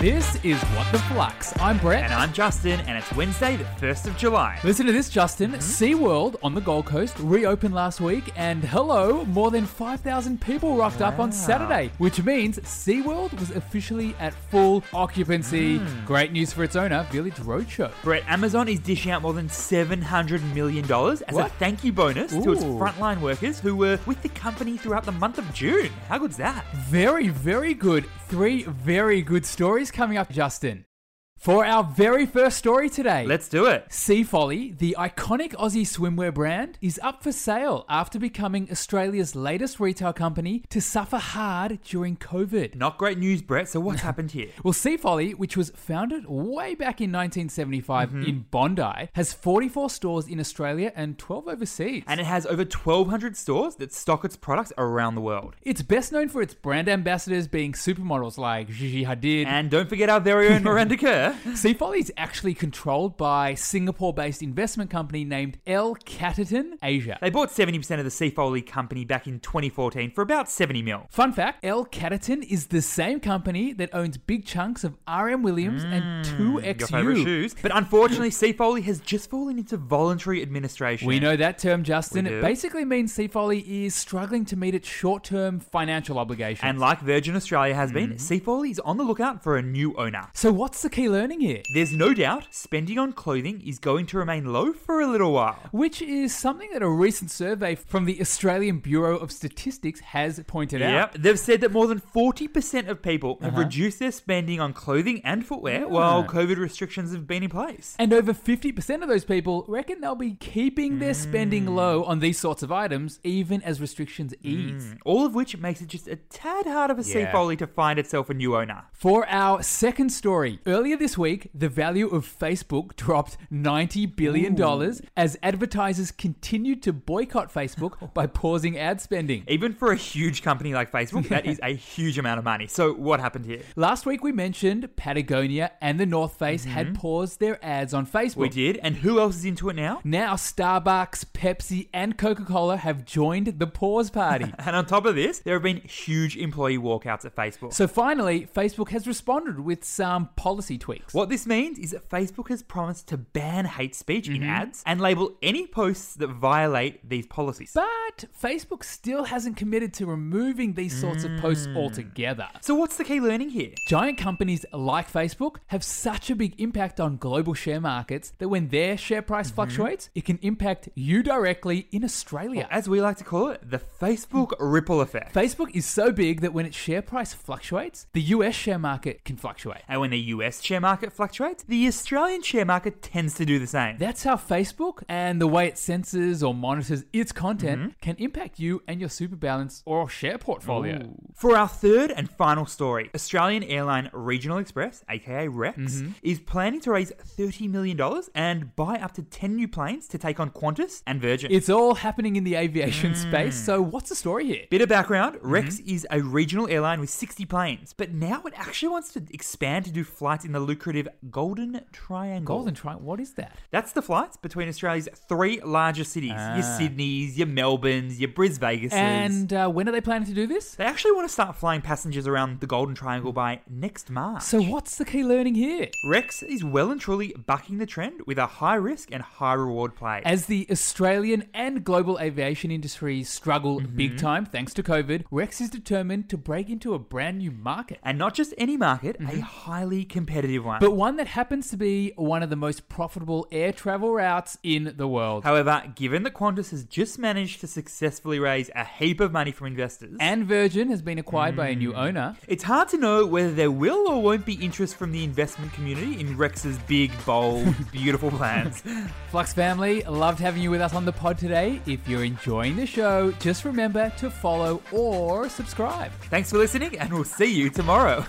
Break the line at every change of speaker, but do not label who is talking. This is What the Flux. I'm Brett.
And I'm Justin, and it's Wednesday, the 1st of July.
Listen to this, Justin.
Mhm.
SeaWorld on the Gold Coast reopened last week, and hello, more than 5,000 people rocked up on Saturday, which means SeaWorld was officially at full occupancy.
Hmm.
Great news for its owner, Village Roadshow.
Brett, Amazon is dishing out more than $700 million as a
What?
thank you bonus to its
Ooh.
frontline workers who were with the company throughout the month of June. How good's that?
Very, very good. Three very good stories coming up, Justin. For our very first story today.
Let's do it.
Sea Folly, the iconic Aussie swimwear brand, is up for sale after becoming Australia's latest retail company to suffer hard during COVID.
Not great news, Brett, so what's happened here?
Well, Sea Folly, which was founded way back in 1975 in Bondi, has 44 stores in Australia and 12 overseas.
And it has over 1,200 stores that stock its products around the world.
it's best known for its brand ambassadors being supermodels like Gigi Hadid.
And don't forget our very own Miranda Kerr.
Sea Folly is actually controlled by Singapore-based investment company named L. Catterton Asia.
They bought 70% of the Sea Foley company back in 2014 for about 70 mil.
Fun fact L. Catterton is the same company that owns big chunks of RM Williams and 2XU.
Hmm. Your favorite shoes. But unfortunately, Sea Foley has just fallen into voluntary administration.
We know that term, Justin.
We
It
do.
basically means Sea Folly is struggling to meet its short term financial obligations.
And like Virgin Australia has been,
Mm-hmm.
Seafoley is on the lookout for a new owner.
so, what's the key learning here?
There's no doubt spending on clothing is going to remain low for a little while.
Which is something that a recent survey from the Australian Bureau of Statistics has pointed out. Uh-huh.
Yep. They've said that more than 40% of people have reduced their spending on clothing and footwear while COVID restrictions have been in place.
And over 50% of those people reckon they'll be keeping their spending
Hmm.
low on these sorts of items, even as restrictions ease.
All of which makes it just a tad harder for
Yeah.
Seafoley to find itself a new owner.
For our second story, earlier this week, the value of Facebook dropped $90 billion as advertisers continued to boycott Facebook by pausing ad spending.
Even for a huge company like Facebook, that is a huge amount of money. So, what happened here?
Last week, we mentioned Patagonia and the North Face had paused their ads on Facebook.
Mm-hmm. We did, and who else is into it now?
Now, Starbucks, Pepsi, and Coca Cola have joined the pause party.
And on top of this, there have been huge employee walkouts at Facebook.
so, finally, Facebook has responded with some policy tweaks.
What this means is that Facebook has promised to ban hate speech in ads and label any posts that violate these policies.
But Facebook still hasn't committed to removing these sorts of posts
Mm.
altogether.
so, what's the key learning here?
Giant companies like Facebook have such a big impact on global share markets that when their share price fluctuates, it can impact you directly in Australia.
As we like to call it, the Facebook ripple effect.
Facebook is so big that when its share price fluctuates, the US share market can fluctuate.
And when the US share market fluctuates, the Australian share market tends to do the same.
That's how Facebook and the way it censors or monitors its content can impact you and your super balance or share portfolio.
For our third and final story, Australian airline Regional Express, aka Rex, is planning to raise $30 million and buy up to 10 new planes to take on Qantas and Virgin.
It's all happening in the aviation space, so what's the story here?
Bit of background Rex
Mm-hmm.
is a regional airline with 60 planes, but now it actually wants to expand to do flights in the lucrative Golden Triangle.
Golden Triangle, what is that?
That's the flights between Australia's three largest cities your Sydney's, your Melbourne's, your Brisbane's.
Ah. And uh, when are they planning to do this?
they actually want to start flying passengers around the Golden Triangle by next March.
So, what's the key learning here?
Rex is well and truly bucking the trend with a high risk and high reward play.
As the Australian and global aviation industries struggle big time thanks to COVID, Rex is determined to break into a brand new market.
and not just any market,
Mm-hmm.
a highly competitive one.
But one that happens to be one of the most profitable air travel routes in the world.
However, given that Qantas has just managed to successfully raise a heap of money from investors,
And Virgin has been acquired by a new owner.
it's hard to know whether there will or won't be interest from the investment community in Rex's big, bold, beautiful plans.
Flux family, loved having you with us on the pod today. If you're enjoying the show, just remember to follow or subscribe.
Thanks for listening, and we'll see you tomorrow.